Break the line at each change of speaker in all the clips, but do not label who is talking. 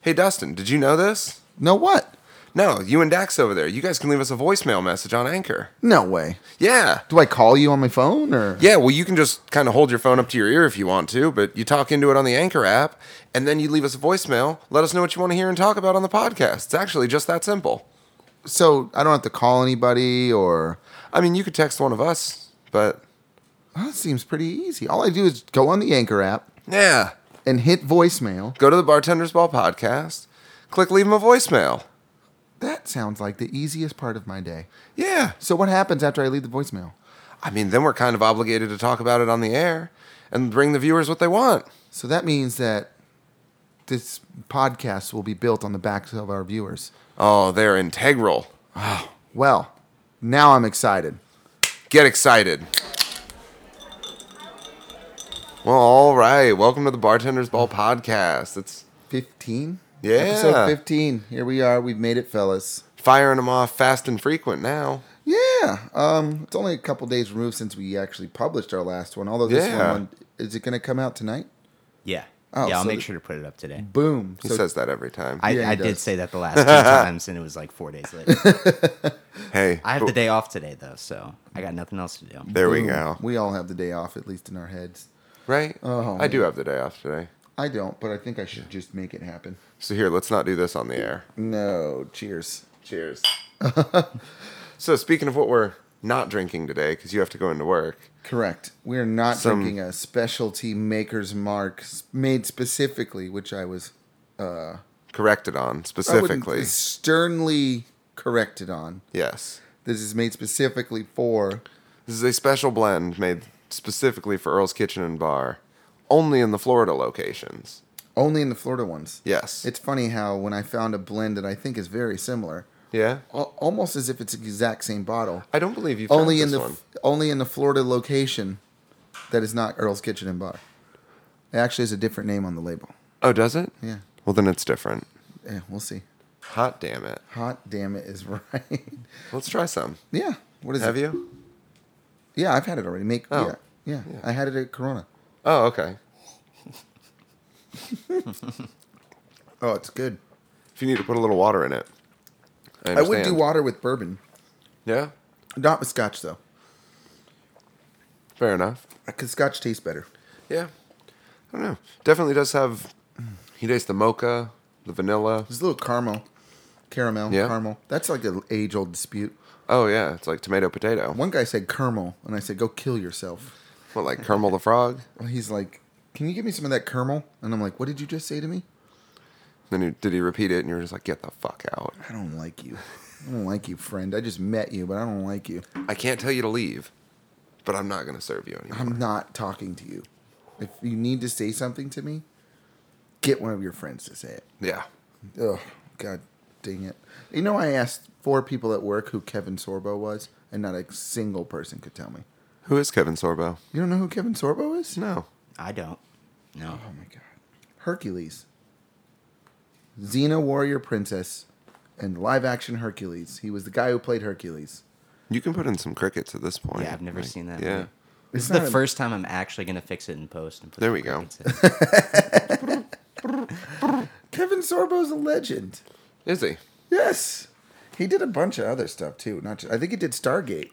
Hey, Dustin, did you know this?
No, what?
No, you and Dax over there. You guys can leave us a voicemail message on Anchor.
No way.
Yeah.
Do I call you on my phone or?
Yeah, well, you can just kind of hold your phone up to your ear if you want to, but you talk into it on the Anchor app, and then you leave us a voicemail. Let us know what you want to hear and talk about on the podcast. It's actually just that simple.
So I don't have to call anybody or.
I mean, you could text one of us, but
Oh, that seems pretty easy. All I do is go on the Anchor app
yeah.
and hit voicemail.
Go to the Bartender's Ball podcast, click leave them a voicemail.
That sounds like the easiest part of my day.
Yeah.
So what happens after I leave the voicemail?
I mean, then we're kind of obligated to talk about it on the air and bring the viewers what they want.
So that means that this podcast will be built on the backs of our viewers.
Oh, they're integral.
Well, now I'm excited.
Get excited. Well, all right. Welcome to the Bartender's Ball podcast. It's
15?
Yeah.
Episode 15. Here we are. We've made it, fellas.
firing them off fast and frequent now.
Yeah. Um, it's only a couple days removed since we actually published our last one. Although this
Yeah.
one, is it going to come out tonight?
Yeah.
Oh,
yeah, I'll
so
make
the-
sure to put it up today.
Boom.
He says that every time.
I,
Yeah, he
I did
does.
say that the last two times, and it was like four days later.
hey,
I have
but-
the day off today, though, so I got nothing else to do.
There we
boom.
go.
We all have the day off, at least in our heads.
Right?
Oh,
I do
man.
have the day off today.
I don't, but I think I should just make it happen.
So here, let's not do this on the air.
No, cheers.
Cheers. so speaking of what we're not drinking today, because you have to go into work.
Correct. We are not
Some-
drinking a specialty maker's mark s- made specifically, which I was uh,
Corrected on
I wouldn't-
specifically.
sternly corrected on.
Yes.
This is made specifically for
This is a special blend made specifically for Earl's Kitchen and Bar, only in the Florida locations.
only in the Florida ones.
Yes.
It's funny how when I found a blend that I think is very similar,
yeah.
al- almost as if it's the exact same bottle,
I don't believe you.
only in
this
the
one.
only in the Florida location that is not Earl's Kitchen and Bar. It actually has a different name on the label.
oh, does it?
Yeah.
Well, then it's different.
Yeah, we'll see.
Hot damn it!
Hot damn it is right.
Let's try some.
yeah. What is it?
Have you?
Yeah, I've had it already. Make
Oh.
yeah, yeah,
Yeah.
I had it at Corona.
Oh, okay.
Oh, it's good.
If you need to put a little water in it, I,
I would do
understand.
water with bourbon,
Yeah,
not with Scotch though,
fair enough.
because Scotch tastes better.
Yeah, I don't know. Definitely does have. He tastes the mocha, the vanilla.
There's a little caramel, caramel,
Yeah.
caramel. That's like an age-old dispute.
Oh yeah, it's like tomato potato. What,
One guy said caramel, and I said, "Go kill yourself."
like Kermel the frog?
And he's like, "Can you give me some of that caramel?" And I'm like, "What did you just say to me?
Then he, did he repeat it? And you were just like, get the fuck out.
I don't like you. I don't like you, friend. I just met you, but I don't like you.
I can't tell you to leave, but I'm not gonna serve you anymore.
I'm not talking to you. If you need to say something to me, get one of your friends to say it."
yeah.
Oh God, dang it! You know, I asked four people at work who Kevin Sorbo was, and not a single person could tell me.
Who is Kevin Sorbo?
You don't know who Kevin Sorbo is?
No.
I don't. No.
Oh my God, Hercules, Xena Warrior Princess, and live action Hercules. He was the guy who played Hercules.
You can put in some crickets at this point.
Yeah, I've never seen that
Yeah.
movie. This
It's
is the
not a-
first time I'm actually going to fix it in post. And put
There
the
we go.
crickets in.
Kevin Sorbo's a legend.
Is he?
Yes, he did a bunch of other stuff too. Not just, I think he did Stargate.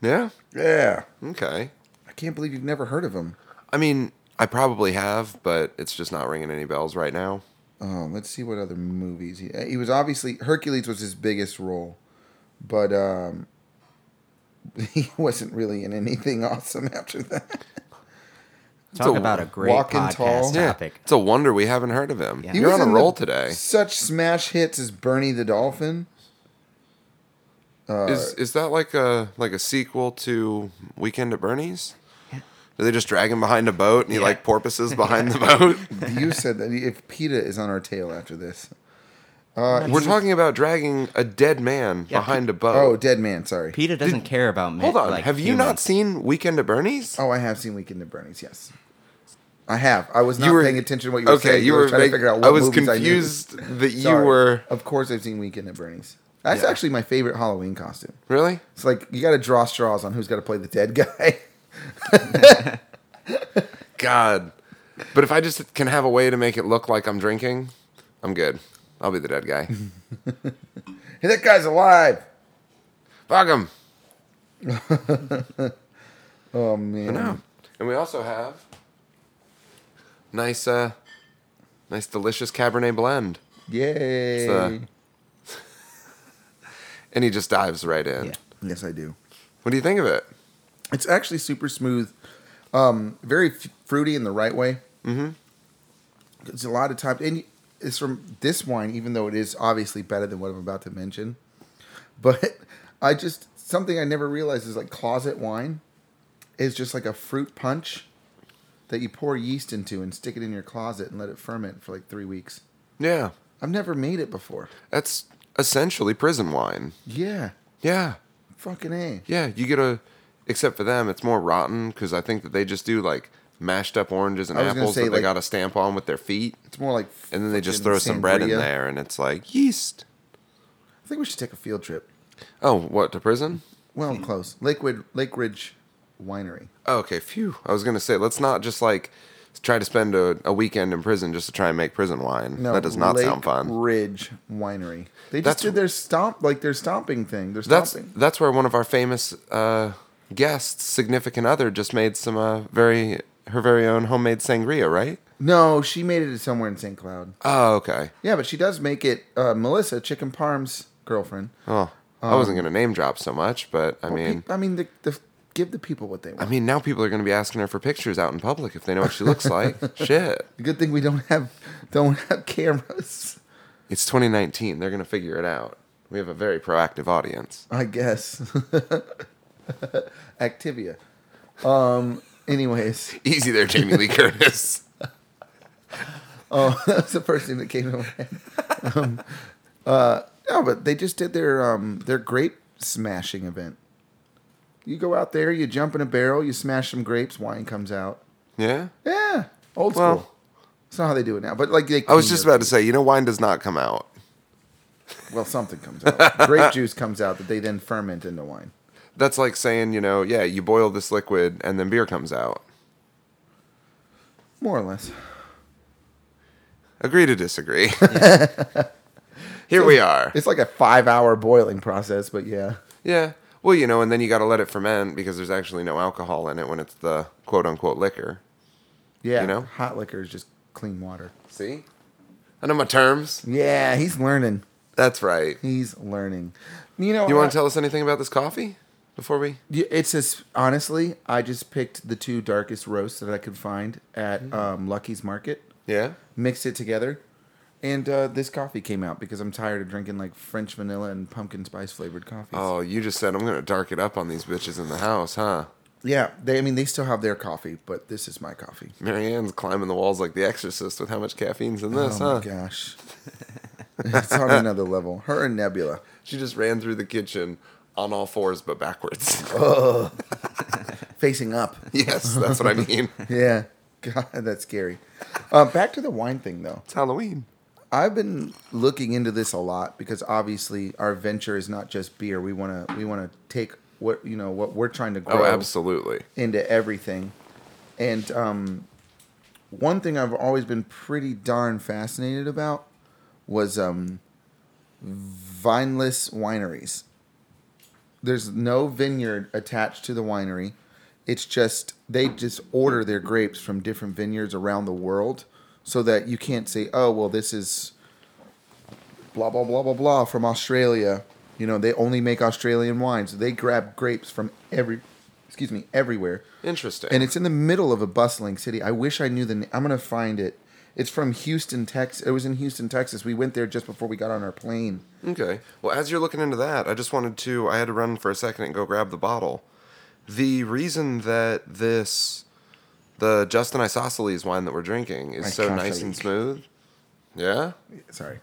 Yeah.
Yeah,
Okay.
I can't believe you've never heard of him.
I mean, I probably have, but it's just not ringing any bells right now.
Oh, let's see what other movies he he was obviously Hercules was his biggest role, but um he wasn't really in anything awesome after that.
Talk
a
about a great
walking
podcast
tall- Yeah.
topic.
It's a wonder we haven't heard of him.
Yeah.
He
You're
was
on a
in the-
roll today.
Such smash hits as Bernie the Dolphin.
is is that like a like a sequel to Weekend at Bernie's? Do they just drag him behind a boat and he
Yeah.
like porpoises behind the boat?
You said that if PETA is on our tail after this.
Uh, We're talking about dragging a dead man
Yeah,
behind a
Oh,
boat.
Dead Man, sorry.
PETA doesn't care about me.
Hold on.
like,
have you not
humans.
seen Weekend at Bernie's?
oh, I have seen Weekend at Bernie's, yes. I have. I was not
were-
paying attention to what you were saying. I was trying
make-
to figure out
I
what
was
movies I knew.
confused that you
Sorry.
were
Of course I've seen Weekend at Bernie's. That's
Yeah.
actually my favorite Halloween costume.
really.
It's like you got to draw straws on who's got to play the dead guy.
God. But if I just can have a way to make it look like I'm drinking, I'm good. I'll be the dead guy.
Hey, that guy's alive.
Fuck him.
Oh man.
No. And we also have nice, uh, nice, delicious Cabernet blend.
Yay.
uh, And he just dives right in.
Yeah.
yes, I do.
What do you think of it?
It's actually super smooth, um, very f- fruity in the right way. Mm-hmm. It's a lot of times, and it's from this wine, even though it is obviously better than what I'm about to mention. But I just something I never realized is like closet wine is just like a fruit punch that you pour yeast into and stick it in your closet and let it ferment for like three weeks.
Yeah.
I've never made it before.
That's essentially prison wine.
Yeah,
Yeah.
fucking a.
Yeah. You get a, except for them, it's more rotten because I think that they just do like mashed up oranges and
I was gonna
apples
say,
that they
like-
got to stamp on with their feet.
It's more like
And then they just
fucking
throw some bread in
sangria.
there and it's like yeast.
I think we should take a field trip.
Oh, what, to prison?
Well, close. Lakewood Lake Ridge Winery.
Oh, okay, phew. I was going to say, let's not just like try to spend a, a weekend in prison just to try and make prison wine. that does not
Lake
sound fun.
Ridge Winery. They just
That's-
did their stomp like their stomping thing. Their
That's
stomping.
that's where one of our famous uh, guests, significant other, just made some uh, very her very own homemade sangria, right?
No, she made it somewhere in St. Cloud.
Oh, okay.
Yeah, but she does make it. Uh, Melissa Chicken Parm's girlfriend.
Oh, I wasn't gonna name drop so much, but I mean,
Pe- I mean, the, the give the people what they want.
I mean, now people are gonna be asking her for pictures out in public if they know what she looks like. Shit,
Good thing we don't have don't have cameras.
it's 2019. They're gonna figure it out. We have a very proactive audience.
I guess. Activia. Um. Anyways,
Easy there, Jamie Lee Curtis.
Oh, that's the first thing that came to my head. Um, uh, no, but they just did their um, their grape smashing event. You go out there, you jump in a barrel, you smash some grapes, wine comes out.
Yeah,
Yeah, old school.
Well-
it's not how they do it now, but like they
I was just about to say, you know, wine does not come out.
Well, something comes out. Grape juice comes out that they then ferment into wine.
That's like saying, you know, yeah, you boil this liquid and then beer comes out.
More or less.
Agree to disagree. Here we are.
It's like a five hour boiling process, but yeah.
Yeah. Well, you know, and then you got to let it ferment because there's actually no alcohol in it when it's the quote unquote liquor.
Yeah.
You know?
Hot liquor is just clean water.
See? I know my terms.
Yeah, he's learning.
That's right.
He's learning. You know,
You want
I-
to tell us anything about this coffee before we?
Yeah, It's just honestly, I just picked the two darkest roasts that I could find at
Mm.
um, Lucky's Market,
Yeah.
mixed it together, and uh, this coffee came out because I'm tired of drinking like French vanilla and pumpkin spice flavored coffees.
Oh, you just said I'm going to dark it up on these bitches in the house, huh?
Yeah, they. I mean, they still have their coffee, but this is my coffee.
Marianne's climbing the walls like the exorcist with how much caffeine's in this,
oh
huh?
my gosh, it's on another level. Her and Nebula.
She just ran through the kitchen on all fours but backwards.
facing up.
yes, that's what I mean.
Yeah, God, that's scary. Uh, back to the wine thing though.
It's Halloween.
I've been looking into this a lot because obviously our venture is not just beer. We want to we want to take what you know what we're trying to grow
Oh, absolutely.
into everything. And um, one thing I've always been pretty darn fascinated about was um, vineless wineries. There's no vineyard attached to the winery. It's just they just order their grapes from different vineyards around the world, so that you can't say, "Oh, well, this is blah blah blah blah blah from Australia. You know, they only make Australian wines. They grab grapes from every, excuse me, everywhere.
Interesting.
And it's in the middle of a bustling city. I wish I knew the. na- I'm gonna find it. It's from Houston, Texas. It was in Houston, Texas. We went there just before we got on our plane.
Okay. Well, as you're looking into that, I just wanted to. I had to run for a second and go grab the bottle. The reason that this, the Justin Isosceles wine that we're drinking, is so nice and
Isosceles.
smooth. Yeah?
Sorry.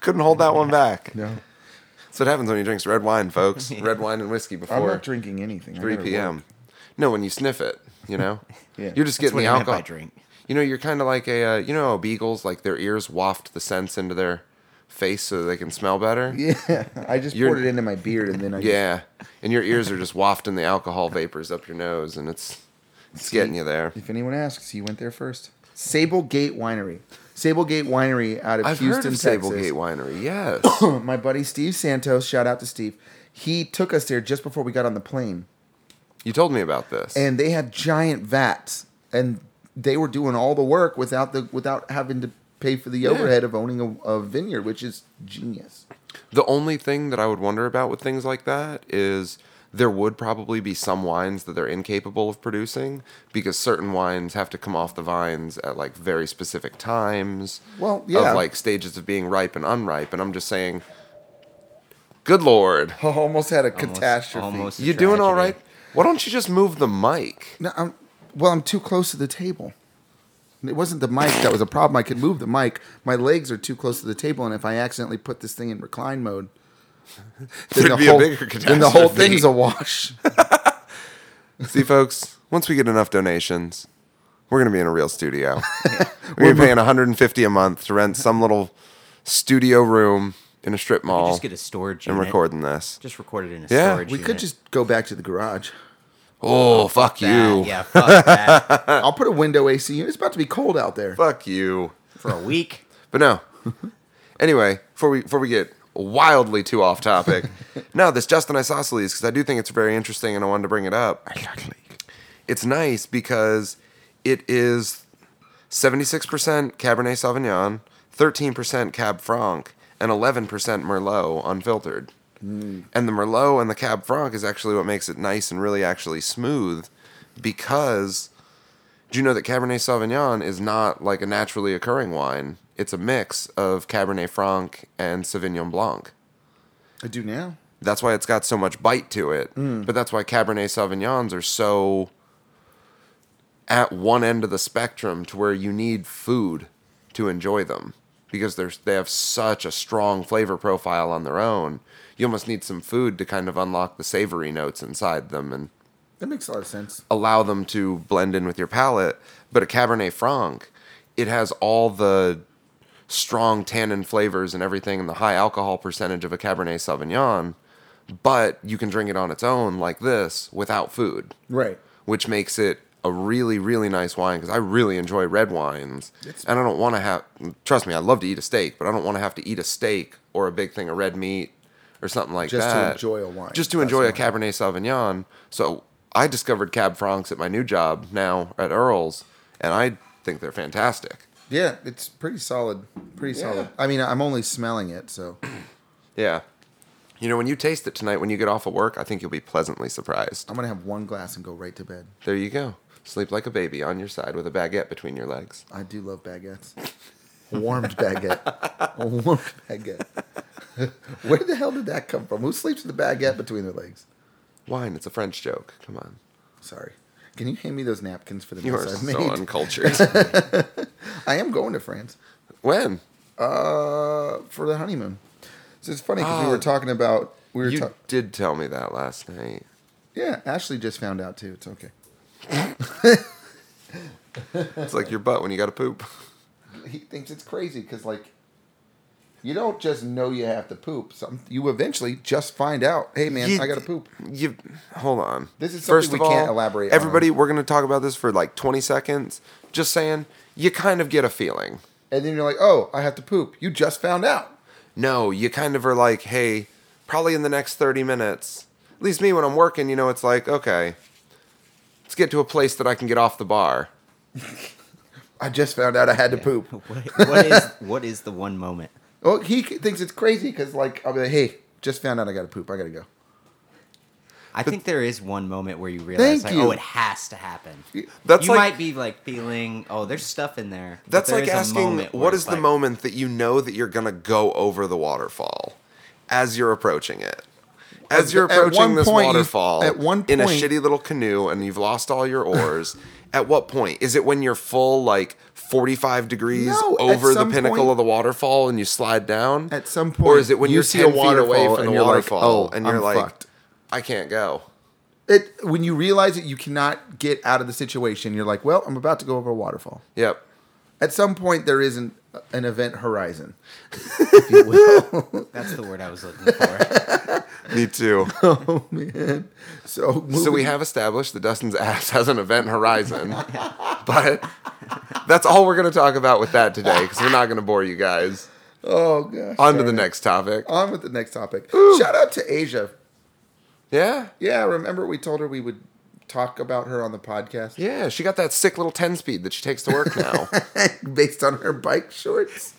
Couldn't hold that one back.
No.
That's what happens when he drinks red wine, folks. Red wine and whiskey
I'm
before
not drinking anything. I
3
gotta work.
p.m. No, when you sniff it, you know?
Yeah.
You're just
That's
getting
what
the
I meant by
alcohol.
drink.
You know, you're kind of like a, uh, you know, how beagles, like their ears waft the scents into their face so they can smell better?
Yeah. I just
You're-
poured it into my beard and then I.
Yeah, and your ears are just wafting the alcohol vapors up your nose, and it's it's getting you there.
If anyone asks, you went there first. Sable Gate Winery. Sablegate Winery out of
I've heard
Houston,
of
Texas.
Sablegate Winery. Yes.
my buddy Steve Santos, shout out to Steve. He took us there just before we got on the plane,
you told me about this.
and they had giant vats, and they were doing all the work without the without having to pay for the overhead of owning a, a vineyard, which is genius.
The only thing that I would wonder about with things like that is there would probably be some wines that they're incapable of producing because certain wines have to come off the vines at like very specific times.
Well, yeah.
Of like stages of being ripe and unripe. And I'm just saying, good lord,
I almost had a catastrophe.
almost.
you doing all
tragedy.
right? Why don't you just move the mic?
No, I'm, well, I'm too close to the table. It wasn't the mic that was a problem. I could move the mic. My legs are too close to the table, and if I accidentally put this thing in recline mode,
There'd
the
be a
whole,
bigger
then the whole
catastrophe.
thing's a wash.
See, folks, once we get enough donations, we're going to be in a real studio. we're gonna be paying 150 a month to rent some little studio room in a strip
You
mall
Just get a storage
and
unit.
recording this.
Just record it in a
Yeah,
storage
we could
unit.
just go back to the garage.
Oh, fuck
That,
you.
Yeah, fuck that.
I'll put a window AC. unit. It's about to be cold out there.
Fuck you.
For a week.
But no. anyway, before we before we get wildly too off topic, no, this Justin Isosceles because I do think it's very interesting and I wanted to bring it up. It's nice because it is 76% Cabernet Sauvignon, 13% Cab Franc, and 11% Merlot unfiltered. And the Merlot and the Cab Franc is actually what makes it nice and really actually smooth because do you know that Cabernet Sauvignon is not like a naturally occurring wine? It's a mix of Cabernet Franc and Sauvignon Blanc.
I do now.
That's why it's got so much bite to it. But that's why Cabernet Sauvignons are so at one end of the spectrum to where you need food to enjoy them because they're they have such a strong flavor profile on their own. You almost need some food to kind of unlock the savory notes inside them and
That makes a lot of sense.
allow them to blend in with your palate. But a Cabernet Franc, it has all the strong tannin flavors and everything and the high alcohol percentage of a Cabernet Sauvignon, but you can drink it on its own like this without food,
Right.
which makes it a really, really nice wine because I really enjoy red wines.
It's-
and I don't want to have, trust me, I love to eat a steak, but I don't want to have to eat a steak or a big thing of red meat or something like
Just to
that.
enjoy a wine.
Just to
That's
enjoy a
what I-
Cabernet Sauvignon. So I discovered Cab Francs at my new job now at Earl's, and I think they're fantastic.
Yeah, it's pretty solid. Pretty solid. I mean, I'm only smelling it, so I'm
Yeah. You know, when you taste it tonight, when you get off of work, I think you'll be pleasantly surprised.
gonna have one glass and go right to bed.
There you go. Sleep like a baby on your side with a baguette between your legs.
I do love baguettes. Warmed baguette. A warmed baguette. Where the hell did that come from? Who sleeps with a baguette between their legs?
Wine, it's a French joke. Come on.
Sorry. Can you hand me those napkins for the
You are
mess I've made?
so uncultured.
I am going to France
when?
uh, for the honeymoon. So it's funny because we
Oh.
were talking about we were
You
talking.
did tell me that last night.
Yeah, Ashley just found out too. It's okay.
It's like your butt when you got to poop.
He thinks it's crazy because like, you don't just know you have to poop. Some you eventually just find out. Hey man,
You-
I gotta poop.
You hold on.
This is something
First
we
of all,
can't elaborate on.
Everybody, we're going to talk about this for like 20 seconds. Just saying, you kind of get a feeling.
And then you're like, oh, I have to poop. You just found out.
No, you kind of are like, hey, probably in the next 30 minutes. At least me, when I'm working, you know, it's like, okay, let's get to a place that I can get off the bar.
I just found out I had to poop.
What, what is what is the one moment?
Well, he c- thinks it's crazy because like I'll be like, hey, just found out I gotta poop. I gotta go.
I think there is one moment where you realize,
Thank
like,
you.
oh, it has to happen.
That's
you
like-
might be like feeling, oh, there's stuff in there. but
That's
there
like
is a
asking,
moment where
what
it's
is the
like,
moment that you know that you're going to go over the waterfall as you're approaching it? As you're
At- at one
approaching this
point you-
waterfall
at one
in a
point-
shitty little canoe and you've lost all your oars, at what point? Is it when you're full, like 45 degrees
No, at
over the
some
pinnacle
point-
of the waterfall and you slide down?
At
Or
some point,
is it when
you
you're
see
10
a
feet away from
waterfall and
the
you're like,
waterfall
"Oh,
and you're
I'm
like,
fucked."
I can't go?
It when you realize it, you cannot get out of the situation. You're like, well, I'm about to go over a waterfall.
Yep.
At some point, there isn't an event horizon.
That's the word I was looking for.
Me too.
Oh man! So
so we
moving-
have established that Dustin's ass has an event horizon. But that's all we're going to talk about with that today because we're not going to bore you guys.
Oh gosh.
On to
darn
the
it.
next topic.
On with the next topic. Shout out to Asia.
Yeah.
Yeah, remember we told her we would talk about her on the podcast
Yeah. She got that sick little 10 speed that she takes to work now.
based on her bike shorts.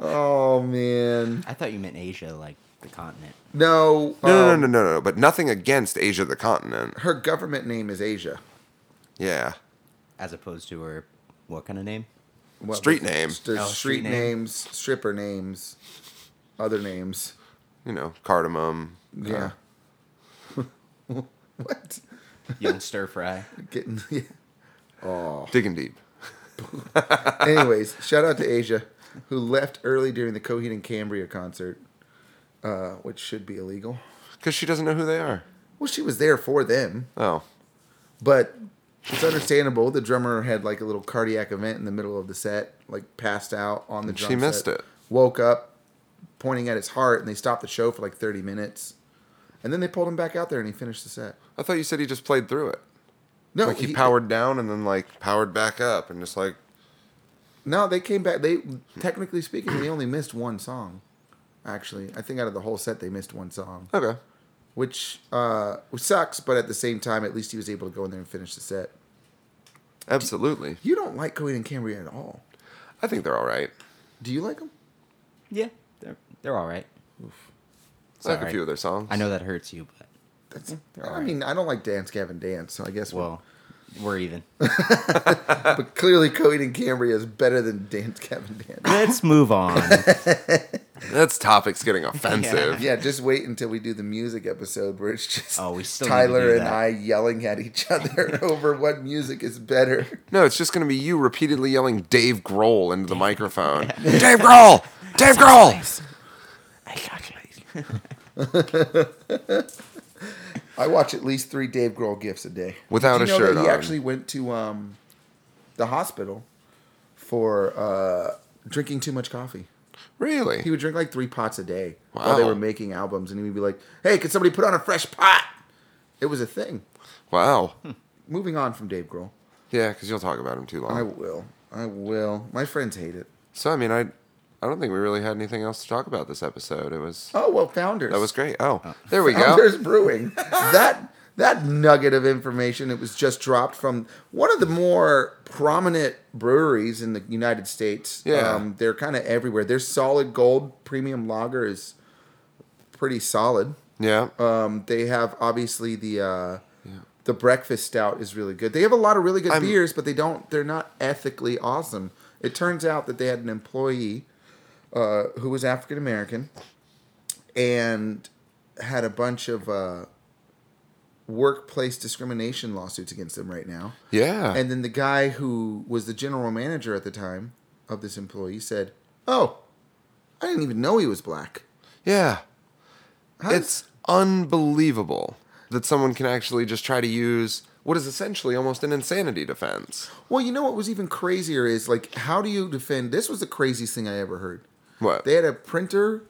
Oh man.
I thought you meant Asia, like the continent.
No.
No, no,
um,
no, no, no, no. But nothing against Asia the continent.
Her government name is Asia.
Yeah.
as opposed to her what kind of name?
What
Street
was-
name.
st-
Oh,
street,
street name.
names, stripper names, other names.
You know, cardamom. uh,
Yeah. what?
Young stir fry.
Getting. Yeah.
digging deep.
Anyways, shout out to Asia, who left early during the Coheed and Cambria concert, uh, which should be illegal.
Because she doesn't know who they are.
Well, she was there for them,
Oh.
but it's understandable. The drummer had like a little cardiac event in the middle of the set, like passed out on the
And
drum
she missed
set,
it.
Woke up, pointing at his heart, and they stopped the show for like thirty minutes, and then they pulled him back out there, and he finished the set.
I thought you said he just played through it.
No,
like he, powered down and then like powered back up and just like
No, they came back. They technically speaking, they only missed one song. Actually, I think out of the whole set, they missed one song.
okay.
which uh, which sucks. But at the same time, at least he was able to go in there and finish the set.
Absolutely.
You don't like Coheed and Cambria at all.
I think they're all right.
Do you like them?
Yeah, they're they're all right.
I like a
Sorry.
few of their songs.
I know that hurts you, but
That's,
They're
I
alright.
mean, I don't like Dance Gavin Dance, so I guess.
well, we're even.
but clearly Coheed and Cambria is better than Dance Gavin Dance.
Let's move on.
That's topics getting offensive.
yeah, just wait until we do the music episode where it's just
Oh, we still need to do
Tyler and
that.
I yelling at each other over what music is better.
No, it's just going to be you repeatedly yelling Dave Grohl into the microphone. Dave Grohl! Dave Grohl!
I watch at least three Dave Grohl gifts a day
Without
Did you
a
know
shirt
that
on.
He actually went to um, the hospital for uh, drinking too much coffee. He
Really?
would drink like three pots a day while they
Wow.
were making albums, and he would be like, "Hey, could somebody put on a fresh pot?" It was a thing.
Wow.
Moving on from Dave Grohl,
Yeah, because you'll talk about him too
I
long.
will. I will. My friends hate it.
So, I mean, I, I don't think we really had anything else to talk about this episode. It was
Oh well, Founders.
that was great. Oh, there we go.
Founders Brewing. that that nugget of information it was just dropped from one of the more prominent breweries in the United States. Um,
Yeah.
they're kind of everywhere. Their solid gold premium lager is pretty solid.
Yeah.
Um, they have obviously the uh, the breakfast stout is really good. They have a lot of really good beers, but they don't. They're not ethically awesome. It turns out that they had an employee uh, who was African American and had a bunch of uh, workplace discrimination lawsuits against them right now.
Yeah.
And then the guy who was the general manager at the time of this employee said, "Oh, I didn't even know he was black."
Yeah.
How does-
It's unbelievable that someone can actually just try to use what is essentially almost an insanity defense.
Well, you know what was even crazier is like, how do you defend? This was the craziest thing I ever heard.
What?
They had a printer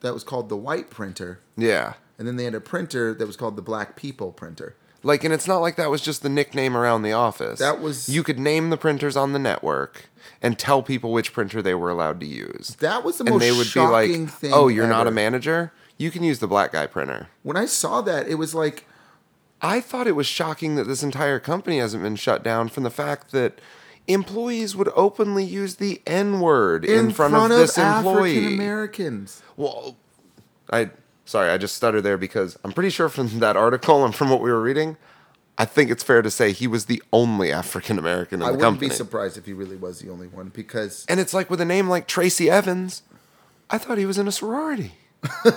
that was called the white printer,
yeah.
and then they had a printer that was called the black people printer.
Like, and it's not like that was just the nickname around the office.
That was-
You could name the printers on the network and tell people which printer they were allowed to use.
That was the
and
most
they would be like,
shocking thing.
oh, you're not a
ever.
manager? You can use the black guy printer.
When I saw that, it was like,
I thought it was shocking that this entire company hasn't been shut down from the fact that employees would openly use the N word in, front, of, this
African
employee.
Americans.
Well, I sorry, I just stuttered there because I'm pretty sure from that article and from what we were reading, I think it's fair to say he was the only African American in
I
the
wouldn't
company.
be surprised if he really was the only one because
and it's like with a name like Tracy Evans, I thought he was in a sorority.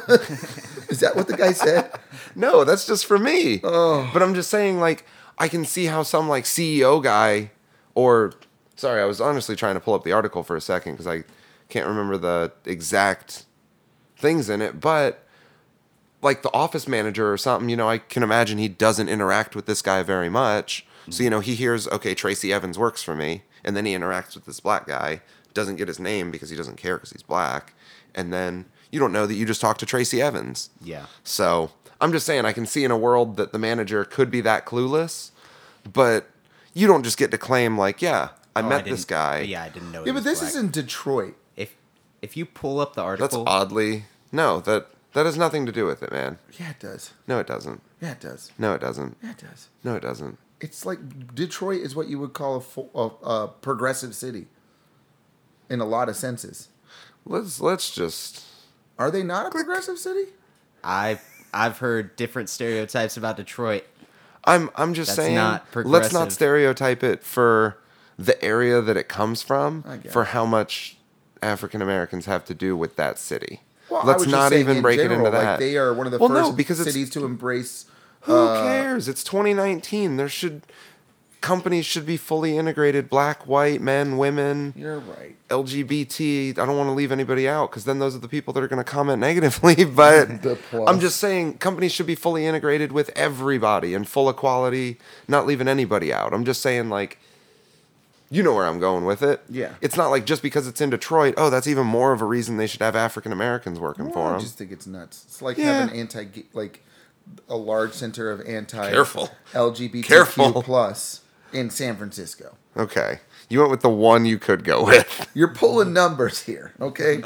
is that what the guy said?
No, that's just for me. But I'm just saying, like, I can see how some like CEO guy, or sorry, I was honestly trying to pull up the article for a second because I can't remember the exact things in it, but like the office manager or something, you know, I can imagine he doesn't interact with this guy very much. So, you know, he hears, okay, Tracy Evans works for me. And then he interacts with this black guy, doesn't get his name because he doesn't care because he's black. And then you don't know that you just talked to Tracy Evans.
Yeah.
So I'm just saying, I can see in a world that the manager could be that clueless, but you don't just get to claim like, yeah, I
Oh,
met
didn't-
this guy.
Yeah, I didn't know. he
Yeah, but
was
this
black.
is in Detroit.
If if you pull up the
That's
article,
oddly no. That that has nothing to do with it, man.
Yeah, it does.
No, it doesn't.
Yeah, it does.
No, it doesn't.
Yeah, it does.
No, it doesn't.
It's like Detroit is what you would call a, full, a, a progressive city in a lot of senses.
Let's let's just.
Are they not a progressive city?
I've I've heard different stereotypes about Detroit.
I'm I'm just
That's
saying.
not
let's not
progressive.
stereotype it for the area that it comes from.
I get
For
it.
how much African Americans have to do with that city.
Well, I
let's
was just
not
saying
even
in
break
general,
it into that.
Like they are one of the
Well, no,
first
because it's-
cities to embrace.
Who
Uh,
cares? It's 2019. There should companies should be fully integrated. Black, white, men, women.
You're right.
LGBT. I don't want to leave anybody out because then those are the people that are going to comment negatively. But
The plus.
I'm just saying companies should be fully integrated with everybody and full equality, not leaving anybody out. I'm just saying, like, you know where I'm going with it.
Yeah.
It's not like just because it's in Detroit, oh, that's even more of a reason they should have African Americans working for
I
them.
just think it's nuts. It's like
Yeah.
having anti, like a large center of anti
Careful.
LGBTQ
Careful.
plus in San Francisco.
Okay. You went with the one you could go with.
You're pulling numbers here, okay?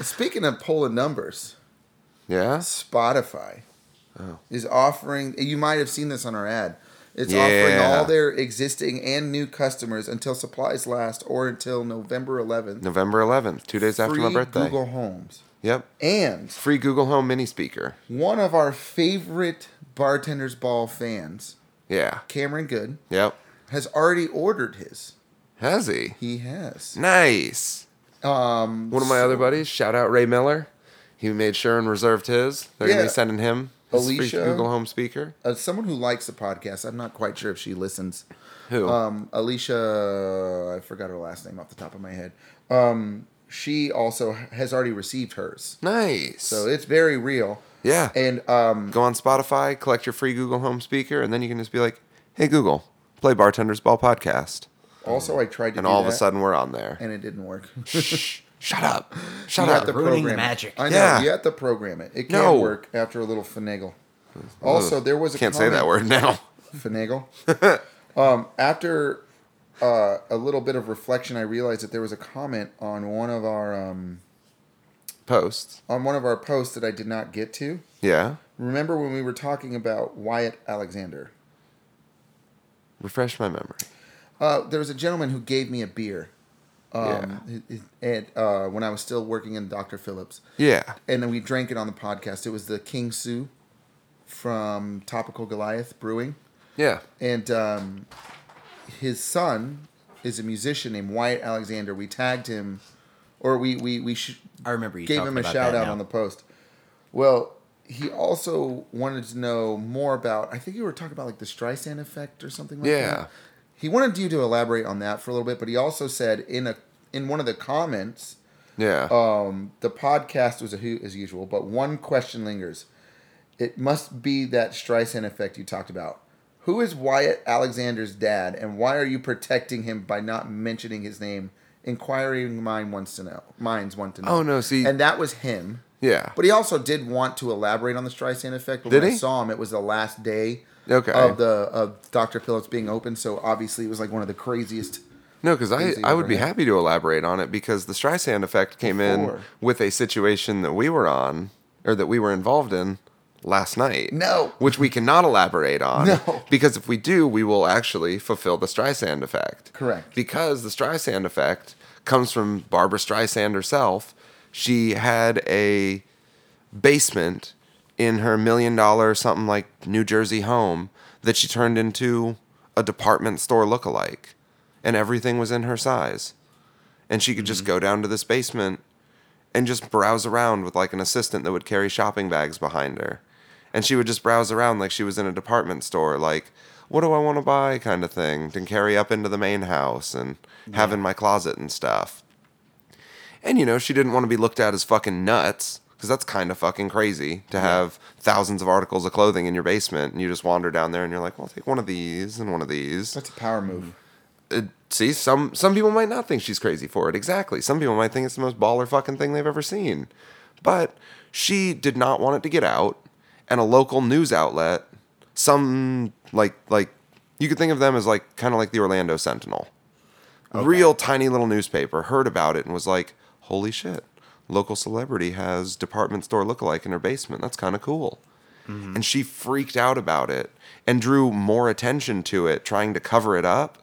Speaking of pulling numbers,
Yeah.
Spotify
Oh.
is offering. You might have seen this on our ad. It's offering
Yeah.
all their existing and new customers until supplies last, or until November 11th.
November 11th, two days after my
free
birthday.
Google Homes
Yep.
and
Free Google Home mini speaker.
one of our favorite bartenders ball fans,
Yeah.
Cameron Good,
Yep.
has already ordered his.
Has he?
He has.
Nice.
Um,
One of my other buddies, shout out Ray Miller. He made sure and reserved his. They're gonna
Yeah.
be sending him his free
Alicia.
Google Home speaker.
as uh, someone who likes the podcast, I'm not quite sure if she listens.
Who?
Um, Alicia, I forgot her last name off the top of my head. Um, she also has already received hers,
nice.
so it's very real.
yeah.
And um,
Go on Spotify, collect your free Google Home speaker, and then you can just be like, "Hey Google, play Bartender's Ball podcast,"
also, I tried to
and
do
all of a
that,
sudden we're on there.
and it didn't work.
Shh! Shut up! Shut
You
up!
have to
Ruining the
program it.
magic.
I know.
Yeah.
You have to program it. It can
No.
work after a little finagle. Also, there was a
Can't say that
comment-
word now.
finagle. um, after uh, a little bit of reflection, I realized that there was a comment on one of our um,
Posts.
on one of our posts that I did not get to.
Yeah.
Remember when we were talking about Wyatt Alexander?
Refresh my memory.
Uh, there was a gentleman who gave me a beer, um, at uh, when I was still working in Dr. Phillips.
Yeah.
and then we drank it on the podcast. It was the King Sue from Topical Goliath Brewing,
Yeah.
and um, his son is a musician named Wyatt Alexander. We tagged him, or we we we sh-
I remember you
gave
talking
him a
about
shout
that
out
now.
on the post. Well, he also wanted to know more about. I think you were talking about like the Streisand effect or something like
Yeah.
that. He wanted you to elaborate on that for a little bit, but he also said in a in one of the comments
Yeah.
um, the podcast was a hoot as usual, but one question lingers. It must be that Streisand effect you talked about. Who is Wyatt Alexander's dad, and why are you protecting him by not mentioning his name? Inquiring mind wants to know. Minds want to know.
Oh, no, see-
and that was him.
yeah.
But he also did want to elaborate on the Streisand effect. But
Did
when I
he?
saw him, it was the last day
Okay.
of the of Dr. Phillips being open. So obviously, it was like one of the craziest.
No, because I,
things that
I
you
would be
bring up.
happy to elaborate on it because the Streisand effect came in
Before.
with a situation that we were on or that we were involved in last night.
No.
Which we cannot elaborate on.
No.
Because if we do, we will actually fulfill the Streisand effect.
Correct.
Because the Streisand effect comes from Barbara Streisand herself. She had a basement in her million dollar something like New Jersey home that she turned into a department store lookalike. And everything was in her size. And she could just
Mm-hmm.
go down to this basement and just browse around with like an assistant that would carry shopping bags behind her. And she would just browse around like she was in a department store, like, what do I want to buy kind of thing, and carry up into the main house and have in my closet and stuff. And you know, she didn't want to be looked at as fucking nuts because that's kind of fucking crazy to have thousands of articles of clothing in your basement and you just wander down there and you're like, well, I'll take one of these and one of these.
That's a power move.
Uh, see, some some people might not think she's crazy for it. Exactly. Some people might think it's the most baller fucking thing they've ever seen. But she did not want it to get out, and a local news outlet, some like like You could think of them as like kind of like the Orlando Sentinel. Real tiny little newspaper heard about it and was like, "Holy shit. Local celebrity has department store lookalike in her basement. That's kind of cool." And she freaked out about it and drew more attention to it trying to cover it up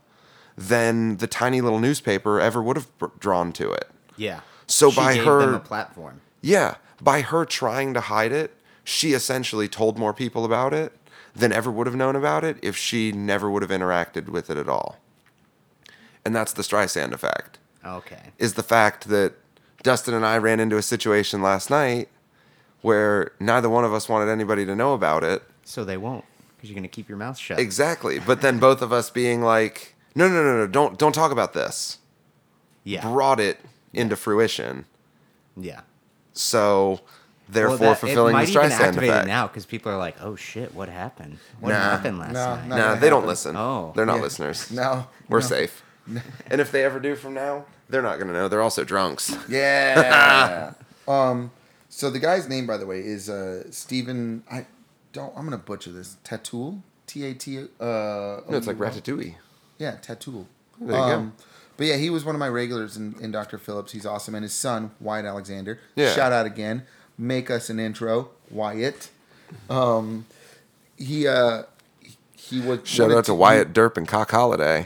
than the tiny little newspaper ever would have br- drawn to it.
Yeah.
So
she
by
gave
her-
them a platform.
Yeah, by her trying to hide it, she essentially told more people about it than ever would have known about it if she never would have interacted with it at all. And that's the Streisand effect.
Okay.
Is the fact that Dustin and I ran into a situation last night where neither one of us wanted anybody to know about it.
So they won't because you're gonna keep your mouth shut.
Exactly. But then both of us being like, "No, no, no, no, don't don't talk about this."
yeah.
Brought it into fruition.
yeah.
So therefore
that-
fulfilling
it
the
might even
Streisand
activate
effect.
it now because people are like, "Oh shit, what happened? What
Nah.
happened last
No,
night?"
not
No,
gonna
they don't
happen.
listen.
Oh.
they're not
Yeah.
listeners.
No,
we're
no.
safe. and if they ever do from now, they're not gonna know. They're also drunks.
Yeah. um. So the guy's name, by the way, is uh Stephen. I don't. I'm gonna butcher this. Tatul. T A T. Uh.
No, it's like Ratatouille.
Yeah, Tatul. Um,
There you go.
But yeah, he was one of my regulars in, in Dr. Phillips. He's awesome, and his son Wyatt Alexander.
Yeah.
Shout out again. Make us an intro, Wyatt. Um. He uh. he- He would
Shout out to Wyatt Derp and Cock Holiday.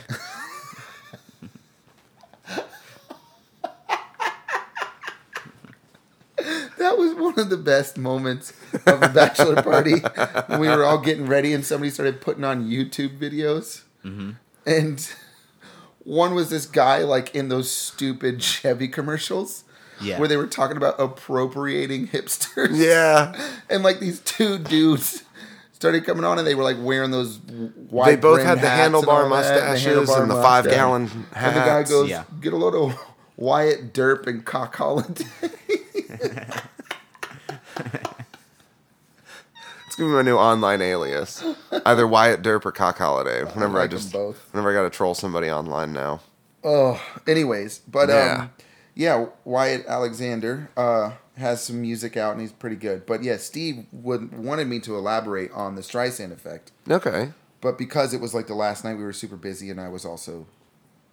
That was one of the best moments of a bachelor party. we were all getting ready, and somebody started putting on YouTube videos.
Mm-hmm.
And one was this guy, like in those stupid Chevy commercials,
Yeah.
where they were talking about appropriating hipsters.
yeah.
and like these two dudes started coming on, and they were like wearing those. w- Wide
They both
brim
had the
hats and
handlebar
all that,
mustaches and the,
handlebar
five
mustache.
gallon
And the guy
hats.
goes,
Yeah.
"Get a load of Wyatt Derp and Cock Holland."
It's gonna be my new online alias. Either Wyatt Derp or Cock Holiday. Whenever I,
like 'em
just
both.
whenever I gotta troll somebody online now.
Oh, anyways, but
Yeah.
um, yeah, Wyatt Alexander uh has some music out and he's pretty good. But yeah, Steve would wanted me to elaborate on the Streisand effect,
Okay.
but because it was like the last night, we were super busy and I was also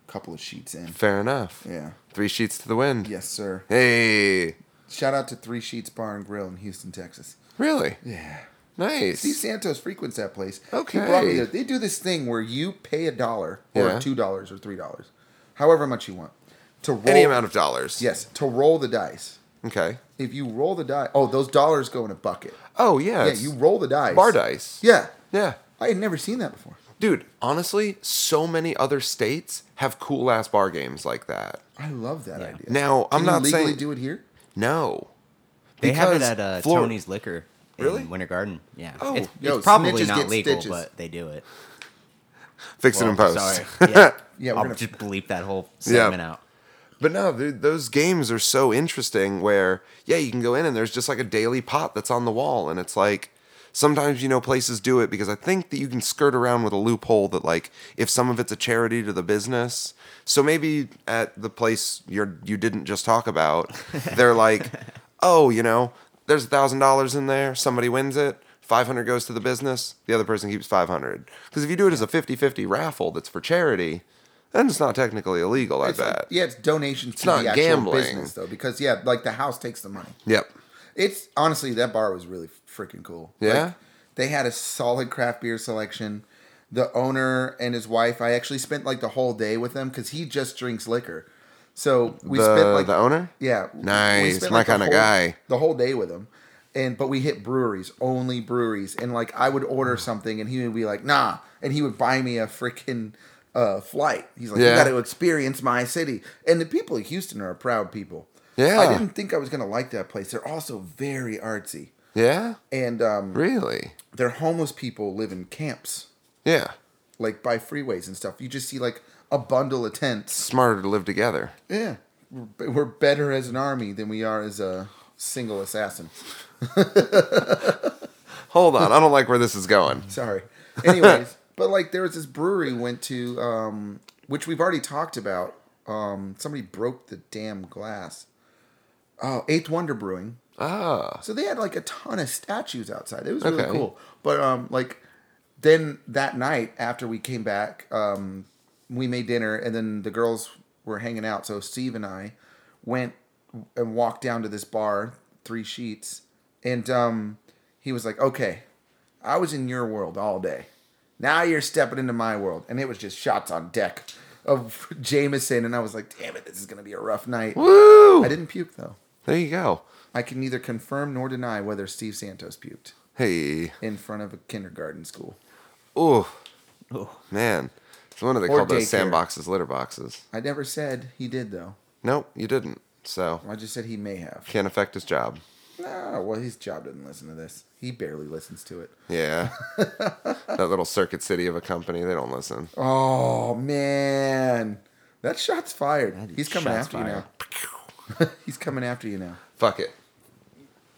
a couple of sheets in.
Fair enough.
Yeah,
Three sheets to the wind.
yes, sir.
Hey.
Shout out to Three Sheets Bar and Grill in Houston, Texas.
Really?
Yeah.
Nice.
Steve Santos frequents that place.
Okay.
He brought me there. They do this thing where you pay a dollar or
Yeah.
two dollars or three dollars, however much you want, to roll
Any amount of dollars.
Yes, to roll the dice.
Okay.
if you roll the die, oh, those dollars go in a bucket.
Oh yeah.
yeah,
it's
you roll the dice.
bar dice.
Yeah,
Yeah.
I had never seen that before.
Dude, honestly, so many other states have cool ass bar games like that.
I love that
Yeah.
idea.
Now, I'm
Can
not
you legally
saying
do it here.
no.
They have it
Because
at uh,
Flor-
Tony's Liquor. In
Really?
Winter Garden. Yeah.
Oh.
it's,
Yo,
it's probably
snitches
not
get
legal,
stitches.
but they do it.
Fix it
Well,
in post.
Sorry. Yeah.
Yeah, we're
I'll
gonna-
just bleep that whole
Yeah.
segment out.
But no, dude, those games are so interesting where, yeah, you can go in and there's just like a daily pot that's on the wall. And it's like, sometimes, you know, places do it because I think that you can skirt around with a loophole that, like, if some of it's a charity to the business. So maybe at the place you're, you didn't just talk about, they're like, oh, you know, there's a thousand dollars in there. Somebody wins it. 500 goes to the business. The other person keeps 500. Because if you do it as a 50 50 raffle that's for charity, then it's not technically illegal, I
It's
bet.
like- yeah, it's donations to
not
the actual
gambling.
business though, because yeah, like the house takes the money.
Yep.
It's honestly that bar was really freaking cool.
Yeah?
Like, they had a solid craft beer selection. The owner and his wife, I actually spent like the whole day with them because he just drinks liquor. So we
the,
spent like
the owner.
Yeah. we
Nice,
spent,
my
the
kinda
whole-
guy.
The whole day with him. And but we hit breweries, only breweries. And like I would
Mm.
order something and he would be like, nah. And he would buy me a freaking uh, flight. He's like,
Yeah.
you gotta experience my city. And the people of Houston are proud people.
Yeah.
I didn't think I was gonna like that place. They're also very artsy.
Yeah,
And um
really.
their homeless people live in camps,
Yeah,
like by freeways and stuff. You just see like a bundle of tents.
smarter to live together.
Yeah. We're, we're better as an army than we are as a single assassin.
Hold on, I don't like where this is going.
Sorry. Anyways, but like there was this brewery we went to, um, which we've already talked about. Um, somebody broke the damn glass. Oh, Eighth Wonder Brewing.
Ah,
So they had like a ton of statues outside. It was
Okay.
really cool. But um, like then that night after we came back, um, we made dinner, and then the girls were hanging out. So Steve and I went and walked down to this bar, three sheets, and um, he was like, "Okay, I was in your world all day. Now you're stepping into my world," and it was just shots on deck of Jameson, and I was like, "Damn it, this is gonna be a rough night."
Woo!
I didn't puke though.
There you go.
I can neither confirm nor deny whether Steve Santos puked
Hey.
in front of a kindergarten school.
Oh
Ooh.
man. So when do they
Or
call those
daycare.
sandboxes litter boxes?
I never said he did though.
Nope, you didn't. So
I just said he may have.
can't affect his job.
No, well, his job doesn't listen to this. He barely listens to it.
Yeah. that little circuit city of a company, they don't listen.
Oh man, that shot's fired.
That is
He's coming
shots
after you now. He's coming after you now.
Fuck it.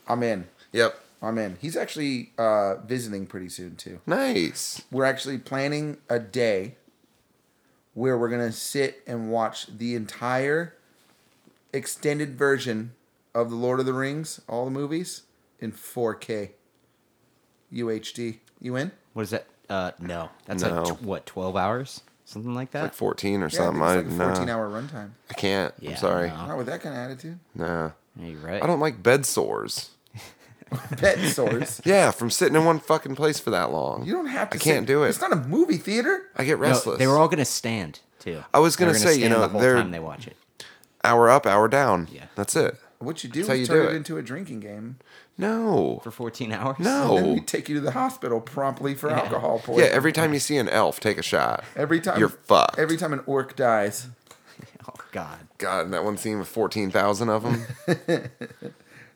I'm in.
Yep.
I'm in. He's actually uh, visiting pretty soon too.
Nice.
We're actually planning a day where we're gonna sit and watch the entire extended version of the Lord of the Rings, all the movies in 4K UHD. You in?
What is that? Uh, no, that's
No.
like tw- what twelve hours, something like that.
Like 14 or
Yeah, I think
something. I,
it's like a 14
nah.
hour runtime.
I can't.
Yeah,
I'm sorry.
no.
Not with that kind of attitude.
Nah.
Yeah, you're right.
I don't like bed sores.
Pet source.
Yeah, from sitting in one fucking place for that long.
You don't have to.
I can't
sit-
do it.
It's not a movie theater.
I get
No,
restless.
they were all gonna stand too.
I was gonna
They were
say, you
stand
know,
the whole
they're-
time they watch it.
hour up, hour down.
Yeah.
That's it.
What you do
That's how
is
you
turn
do
it
it.
into a drinking game.
No.
for 14 hours?
No.
And then we take you to the hospital promptly for alcohol
Yeah,
poisoning.
every time you see an elf, take a shot.
every time
You're fucked.
Every time an orc dies,
Oh, God.
God, and that one scene with 14,000 of them.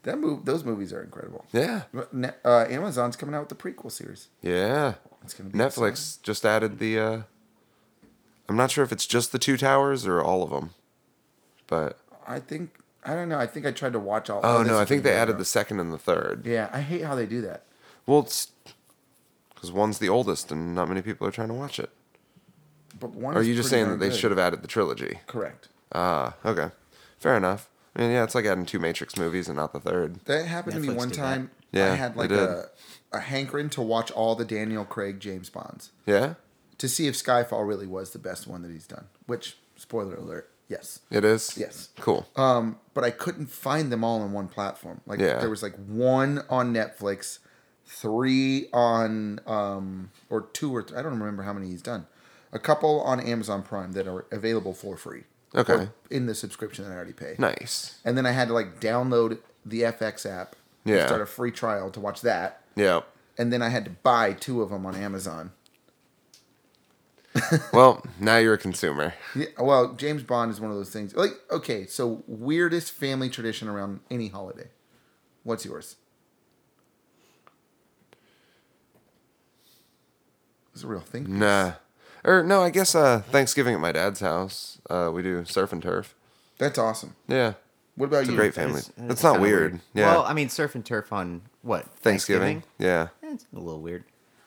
that move those movies are incredible.
yeah.
But Ne- Uh, Amazon's coming out with the prequel series.
Yeah.
It's gonna be
Netflix just added the. Uh, I'm not sure if it's just the two towers or all of them, but
I think I don't know. I think I tried to watch all.
oh,
this
no, I
is
think
gonna
they
be
added
better.
the second and the third.
Yeah, I hate how they do that.
Well, it's because one's the oldest and not many people are trying to watch it.
But one.
Or are
is
you just
pretty
saying that
darn
they
good.
should have added the trilogy?
Correct.
Ah, okay, fair enough. I mean, yeah, it's like adding two Matrix movies and not the third.
That happened to me
Netflix
one
did
time.
that.
I
Yeah,
had
they
like
did.
a, a hankering to watch all the Daniel Craig James Bonds
Yeah,
to see if Skyfall really was the best one that he's done. Which, spoiler alert, yes.
it is.
Yes.
cool.
Um, but I couldn't find them all on one platform. Like
Yeah.
there was like one on Netflix, three on um or two or th- I don't remember how many he's done. A couple on Amazon Prime that are available for free.
Okay.
Or In the subscription that I already pay.
nice.
And then I had to like download the FX app. and
Yeah.
Start a free trial to watch that.
Yeah.
And then I had to buy two of them on Amazon.
Well, now you're a consumer.
Yeah, well, James Bond is one of those things. Like, okay, so weirdest family tradition around any holiday. What's yours? It's a real thing.
Nah. Or no, I guess uh, Thanksgiving at my dad's house. Uh, we do surf and turf.
That's awesome.
Yeah.
What about you?
It's a great
That
family.
is- that
It's
is
not
kinda
weird. Yeah.
Well, I mean, surf and turf on what?
Thanksgiving. Yeah.
Eh, It's a little weird.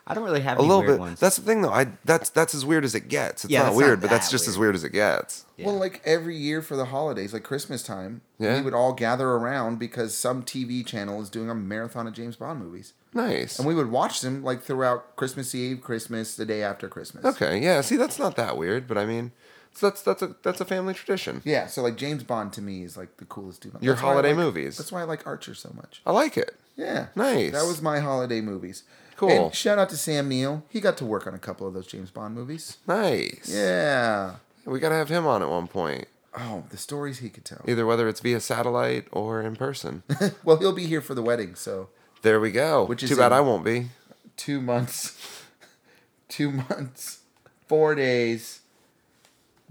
I don't really
A
have any
little
weird
bit.
ones.
That's the thing though. I that's that's as weird as it gets. It's
Yeah,
not
it's not
weird, but that's
that
just as
weird.
weird as it gets.
Yeah.
Well, like every year for the holidays, like Christmas time,
Yeah.
we would all gather around because some TV channel is doing a marathon of James Bond movies.
Nice.
And we would watch them like throughout Christmas Eve, Christmas, the day after Christmas.
okay. Yeah. See, that's not that weird, but I mean, so that's that's a that's a family tradition.
Yeah, so like James Bond to me is like the coolest dude.
Your
That's why I
holiday
like-
movies.
That's why I like Archer so much.
I like it.
Yeah.
Nice.
That was my holiday movies.
Cool.
And shout out to Sam Neill. He got to work on a couple of those James Bond movies.
Nice.
Yeah.
We gotta have him on at one point,
Oh, the stories he could tell.
either whether it's via satellite or in person.
Well, he'll be here for the wedding, so
there we go.
Which is
too bad
in-
I won't be.
two months, two months, four days,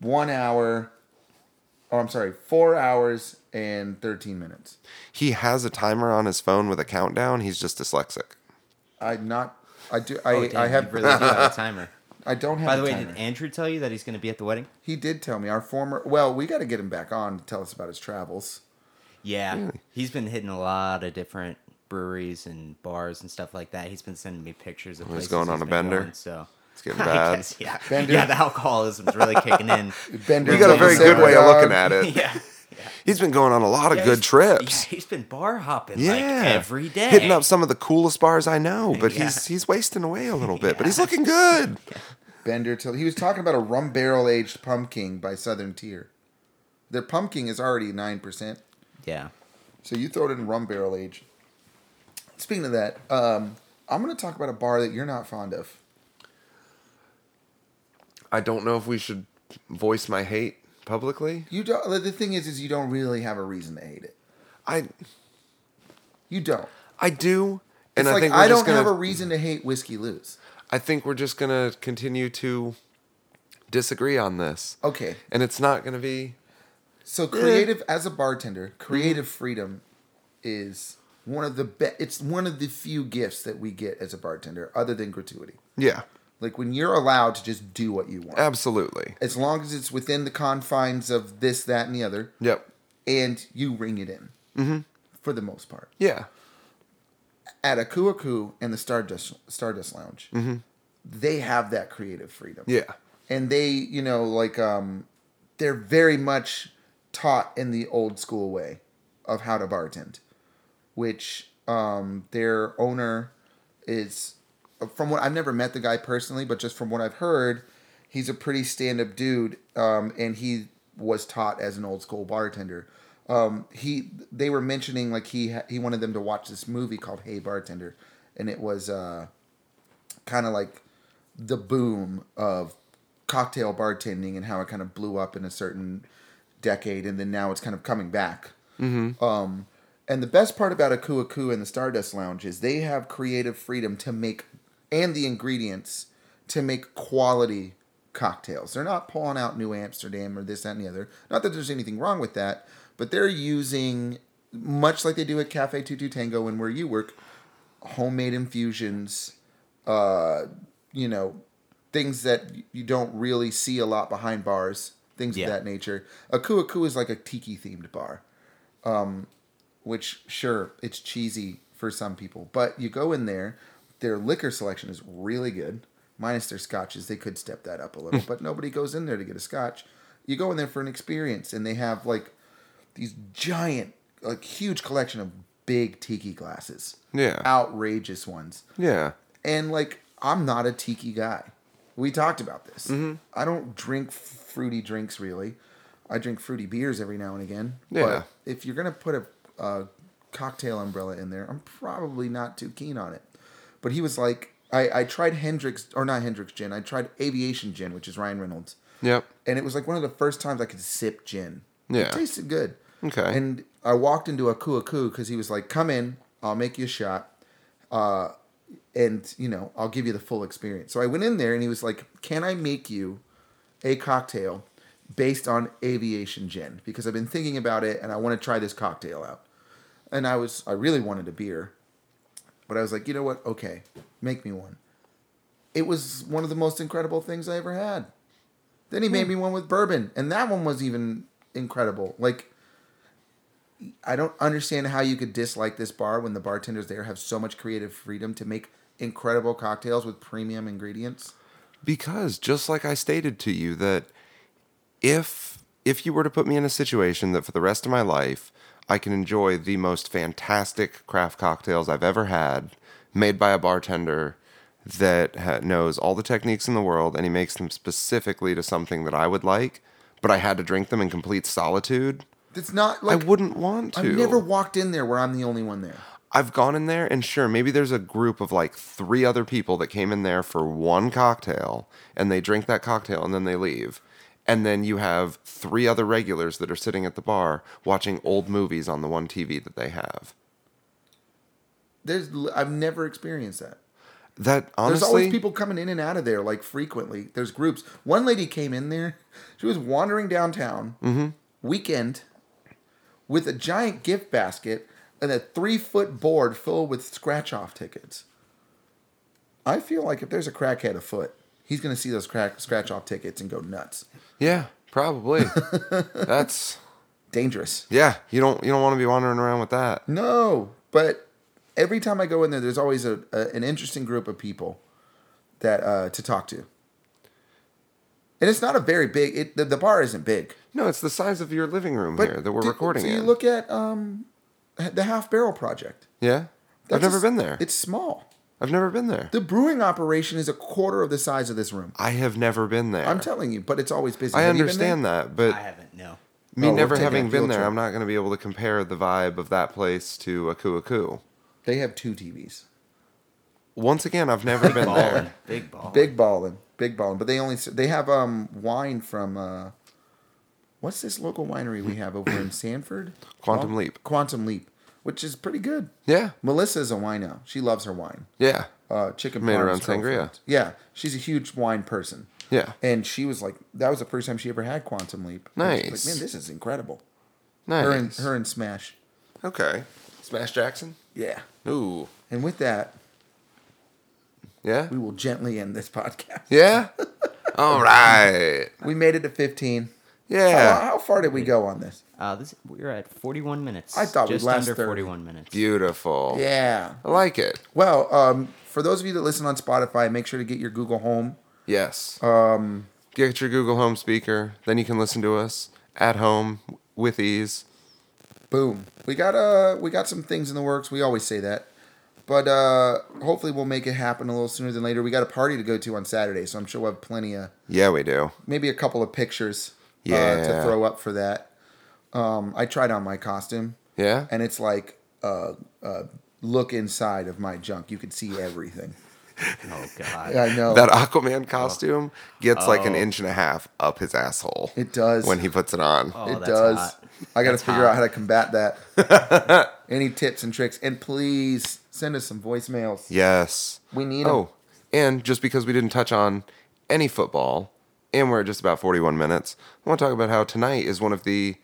one hour. Oh, I'm sorry, four hours and 13 minutes.
He has a timer on his phone with a countdown. He's just dyslexic.
I'm not, I do, I,
Oh, damn,
I
you
have,
really do have a timer.
I don't have
By
a
the way,
timer.
did Andrew tell you that he's going to be at the wedding?
he did tell me our former, well, we got to get him back on to tell us about his travels.
Yeah. He's been hitting a lot of different breweries and bars and stuff like that. He's been sending me pictures of places
he's going on a
been
bender.
going, so
It's getting
I
bad.
guess, yeah.
Bender.
Yeah, the alcoholism's really kicking in.
Bender
You got a
loves
very
the
good way of
dog.
looking at it.
yeah.
He's been going on a lot of good trips.
Yeah, he's been bar hopping
Yeah.
like every day.
Hitting up some of the coolest bars I know, but
Yeah.
he's he's wasting away a little bit, but he's looking good.
Bender till he was talking about a rum barrel aged pumpkin by Southern Tier. Their pumpkin is already nine percent,
Yeah.
so you throw it in rum barrel aged. Speaking of that, um, I'm going to talk about a bar that you're not fond of.
I don't know if we should voice my hate publicly.
You don't. The thing is, is you don't really have a reason to hate it.
I
You don't.
I do, and
It's
I
like
think we're
I
just
don't
gonna.
have a reason to hate whiskey Lou's.
I think we're just gonna continue to disagree on this,
Okay,
and it's not gonna be.
so creative as a bartender, creative freedom is one of the be- It's one of the few gifts that we get as a bartender, other than gratuity.
Yeah,
Like when you're allowed to just do what you want,
absolutely.
as long as it's within the confines of this, that, and the other,
Yep.
and you ring it in mm-hmm. for the most part.
Yeah.
At Akuaku and the Stardust Stardust Lounge, they have that creative freedom.
Yeah.
and they you know like um they're very much taught in the old school way of how to bartend which um their owner is from what I've never met the guy personally but just from what I've heard he's a pretty stand up dude um and he was taught as an old school bartender um he they were mentioning like he ha- he wanted them to watch this movie called Hey Bartender and it was uh kind of like the boom of cocktail bartending and how it kind of blew up in a certain decade, and then now it's kind of coming back. Um, and the best part about Akuaku and the Stardust Lounge is they have creative freedom to make and the ingredients to make quality cocktails. They're not pulling out New Amsterdam or this, that, and the other. Not that there's anything wrong with that, but they're using much like they do at Cafe Tutu Tango and where you work, homemade infusions, uh, you know, things that you don't really see a lot behind bars, things
Yeah.
of that nature. Aku Aku is like a tiki themed bar, um, which sure it's cheesy for some people, but you go in there, their liquor selection is really good, minus their scotches. They could step that up a little, but nobody goes in there to get a scotch. You go in there for an experience, and they have like these giant, like huge collection of big tiki glasses.
Yeah.
Outrageous ones.
Yeah.
And like, I'm not a tiki guy. We talked about this.
Mm-hmm.
I don't drink f- fruity drinks really. I drink fruity beers every now and again.
Yeah.
But if you're gonna put a, a cocktail umbrella in there, I'm probably not too keen on it. But he was like, I, I tried Hendrix or not Hendrix gin. I tried Aviation gin, which is Ryan Reynolds
Yep.
and it was like one of the first times I could sip gin.
Yeah.
it tasted good.
Okay.
and I walked into a Kua because he was like, "Come in, I'll make you a shot, uh, and you know I'll give you the full experience." So I went in there, and he was like, "Can I make you a cocktail based on aviation gin? Because I've been thinking about it, and I want to try this cocktail out." And I was, I really wanted a beer, but I was like, you know what? Okay, make me one. It was one of the most incredible things I ever had. Then he made me one with bourbon, and that one was even incredible. Like, I don't understand how you could dislike this bar when the bartenders there have so much creative freedom to make incredible cocktails with premium ingredients.
Because just like I stated to you that if if you were to put me in a situation that for the rest of my life I can enjoy the most fantastic craft cocktails I've ever had made by a bartender that ha- knows all the techniques in the world and he makes them specifically to something that I would like, but I had to drink them in complete solitude,
It's not
I
like
wouldn't want to.
I've never walked in there where I'm the only one there.
I've gone in there and sure, maybe there's a group of like three other people that came in there for one cocktail and they drink that cocktail and then they leave. And then you have three other regulars that are sitting at the bar watching old movies on the one TV that they have.
There's I've never experienced that.
That honestly,
There's always people coming in and out of there like frequently. There's groups. One lady came in there. She was wandering downtown weekend with a giant gift basket and a three foot board filled with scratch off tickets. I feel like if there's a crackhead afoot, he's gonna see those crack scratch off tickets and go nuts.
yeah, probably. That's
Dangerous.
yeah. You don't you don't want to be wandering around with that.
No, but every time I go in there, there's always a, a an interesting group of people that uh, to talk to. and it's not a very big. It, the, the bar isn't big,
No, it's the size of your living room here that we're
do-
recording
Do you
in.
look at um, the Half Barrel Project?
yeah, I've
That's
never
a-
been there.
It's small.
I've never been there.
The brewing operation is a quarter of the size of this room.
I have never been there.
I'm telling you, but it's always busy.
I
Have you been
understand
there?
that,
I
but
haven't. No.
me
Oh, we're
never
taking a
having been
field
there,
trip.
I'm not going to be able to compare the vibe of that place to Aku Aku.
They have two TVs.
Once again, I've never been
Ballin'.
there.
Big ball.
Big balling, big balling. But they only s- they have um wine from uh, what's this local winery we have over in Sanford?
Quantum
Well,
Leap.
Quantum Leap, which is pretty good.
Yeah,
Melissa's a wino. She loves her wine.
yeah,
Uh, chicken
Made her
parm's
own sangria.
girlfriend. Yeah, she's a huge wine person.
yeah.
And she was like, that was the first time she ever had Quantum Leap. And she's
Nice.
Like, man, this is incredible.
Nice.
Her and her and Smash.
Okay. Smash Jackson.
Yeah.
Ooh.
And with that,
Yeah.
we will gently end this podcast.
Yeah. All right.
We made it to 15. How,
Yeah.
how far did we go on this?
Uh, this we're at 41 minutes.
I thought we'd
just
last
under
30.
41 minutes.
Beautiful.
Yeah.
I like it.
Well, um, for those of you that listen on Spotify, make sure to get your Google Home.
Yes. Um. Get your Google Home speaker. Then you can listen to us at home with ease.
Boom. We got uh we got some things in the works. We always say that. But uh hopefully we'll make it happen a little sooner than later. We got a party to go to on Saturday, so I'm sure we'll have plenty of
Yeah, we do.
maybe a couple of pictures uh,
Yeah.
to throw up for that. Um I tried on my costume
Yeah.
and it's like uh uh look inside of my junk. You could see everything.
Oh god.
I know.
that
Oh.
Aquaman costume gets like an
Oh.
inch and a half up his asshole.
It does.
when he puts it on.
Oh,
it
that's
does.
hot.
I got to
That's
figure
hot.
out how to combat that. Any tips and tricks? And please send us some voicemails.
Yes.
We need 'em.
Oh, and just because we didn't touch on any football, and we're at just about 41 minutes, I want to talk about how tonight is one of the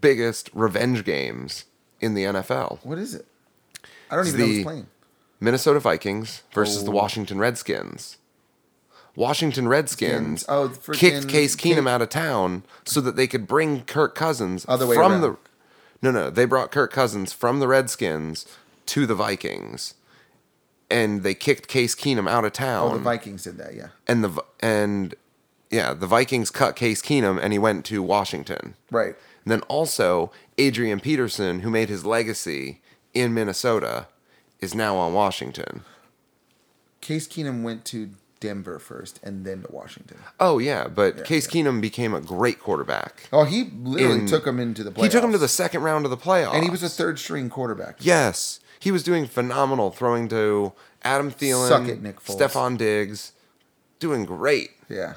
biggest revenge games in the NFL.
What is it? I don't
It's
even know
the-
who's playing.
Minnesota Vikings versus
Oh.
the Washington Redskins. Washington Redskins
Skins. Oh, the
kicked
freaking-
Case Keenum out of town so that they could bring Kirk Cousins
Other way
from
around.
the No, no, they brought Kirk Cousins from the Redskins to the Vikings. And they kicked Case Keenum out of
Oh, the
town.
Vikings did that. Yeah,
and the Vi- and yeah, the Vikings cut Case Keenum and he went to Washington.
right.
And then also Adrian Peterson, who made his legacy in Minnesota, is now on Washington.
Case Keenum went to Denver first, and then to Washington.
Oh yeah, but
Yeah,
Case Keenum became a great quarterback.
Oh, he literally
In-
took him into the playoffs.
He took him to the second round of the playoffs,
and he was a third string quarterback.
yes, he was doing phenomenal, throwing to Adam Thielen,
Suck it, Nick Foles.
Stephon Diggs, doing great.
yeah.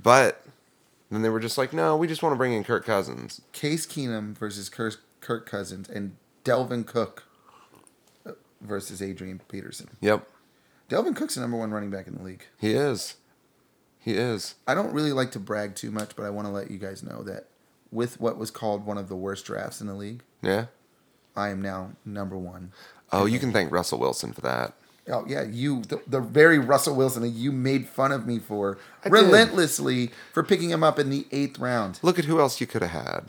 But then they were just like, no, we just want to bring in Kirk Cousins.
Case Keenum versus Kirk, Kirk Cousins and Delvin Cook uh, versus Adrian Peterson.
Yep,
Delvin Cook's the number one running back in the league.
he is. He is.
I don't really like to brag too much, but I want to let you guys know that with what was called one of the worst drafts in the league,
Yeah.
I am now number one.
Oh, you can thank Russell Wilson for that.
Oh yeah, you the, the very Russell Wilson that you made fun of me for
did.
relentlessly for picking him up in the eighth round.
Look at who else you could have had.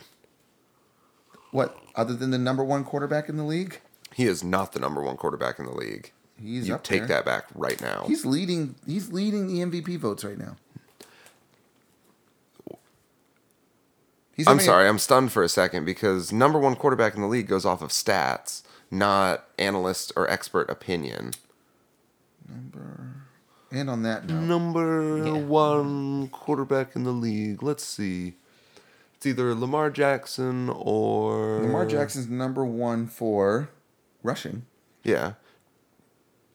What other than the number one quarterback in the league?
He is not the number one quarterback in the league.
He's
you
up
take
there.
that back right now.
He's leading. He's leading the MVP votes right now. He's
I'm
having a-
sorry, I'm stunned for a second because number one quarterback in the league goes off of stats, not analyst or expert opinion.
And on that note,
Number
Yeah.
one quarterback in the league. Let's see. It's either Lamar Jackson or
Lamar Jackson's number one for rushing.
Yeah.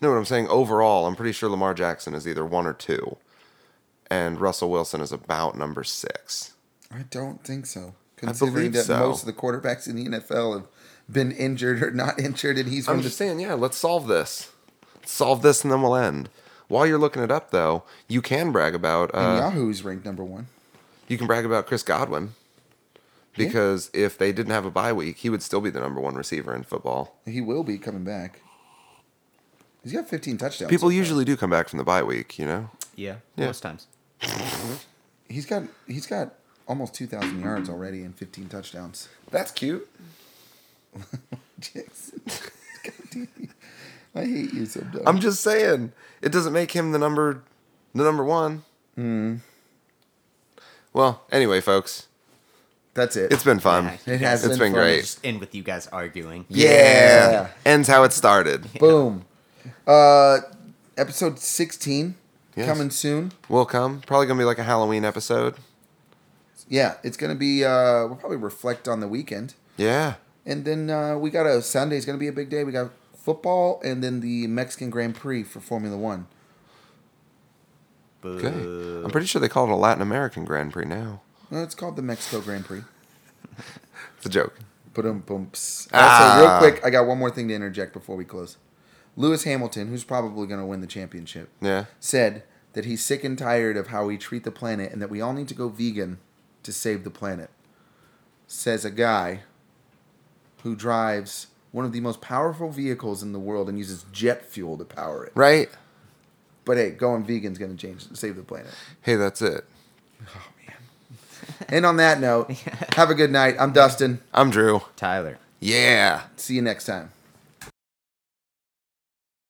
No, what I'm saying overall, I'm pretty sure Lamar Jackson is either one or two, and Russell Wilson is about number six.
I don't think so.
believe
Considering that
so.
most of the quarterbacks in the NFL have been injured or not injured, and he's
I'm
one
just
just,
saying, yeah, let's solve this. Let's solve this and then we'll end. While you're looking it up, though, you can brag about
and
uh,
Yahoo's ranked number one.
you can brag about Chris Godwin because if they didn't have a bye week, he would still be the number one receiver in football.
He will be coming back. He's got 15 touchdowns.
People
so far.
usually do come back from the bye week, you know.
Yeah,
Yeah.
Most times.
he's got he's got almost 2,000 yards already and 15 touchdowns.
That's cute.
Jackson, God damn you. I hate you so much.
I'm just saying, it doesn't make him the number the number one. Well, anyway, folks,
That's it.
it's been fun.
Yeah.
it has
It's been
fun.
great.
Just end with you guys arguing.
Yeah.
Yeah.
Ends how it started.
Boom. Uh, episode 16
Yes.
coming soon.
We'll come. Probably going to be like a Halloween episode.
Yeah, it's going to be, uh, we'll probably reflect on the weekend.
Yeah.
And then uh, we got a Sunday's going to be a big day. We got football and then the Mexican Grand Prix for Formula One.
Boo.
Okay. I'm pretty sure they call it a Latin American Grand Prix now.
No, it's called the Mexico Grand Prix.
It's a joke.
Boom, boom. Also,
Ah.
real quick, I got one more thing to interject before we close. Lewis Hamilton, who's probably going to win the championship,
Yeah.
said that he's sick and tired of how we treat the planet and that we all need to go vegan to save the planet. Says a guy who drives one of the most powerful vehicles in the world and uses jet fuel to power it.
Right?
But hey, going vegan's going to change save the planet.
Hey, that's it.
And on that note, have a good night. I'm Dustin.
I'm Drew.
Tyler.
Yeah.
See you next time.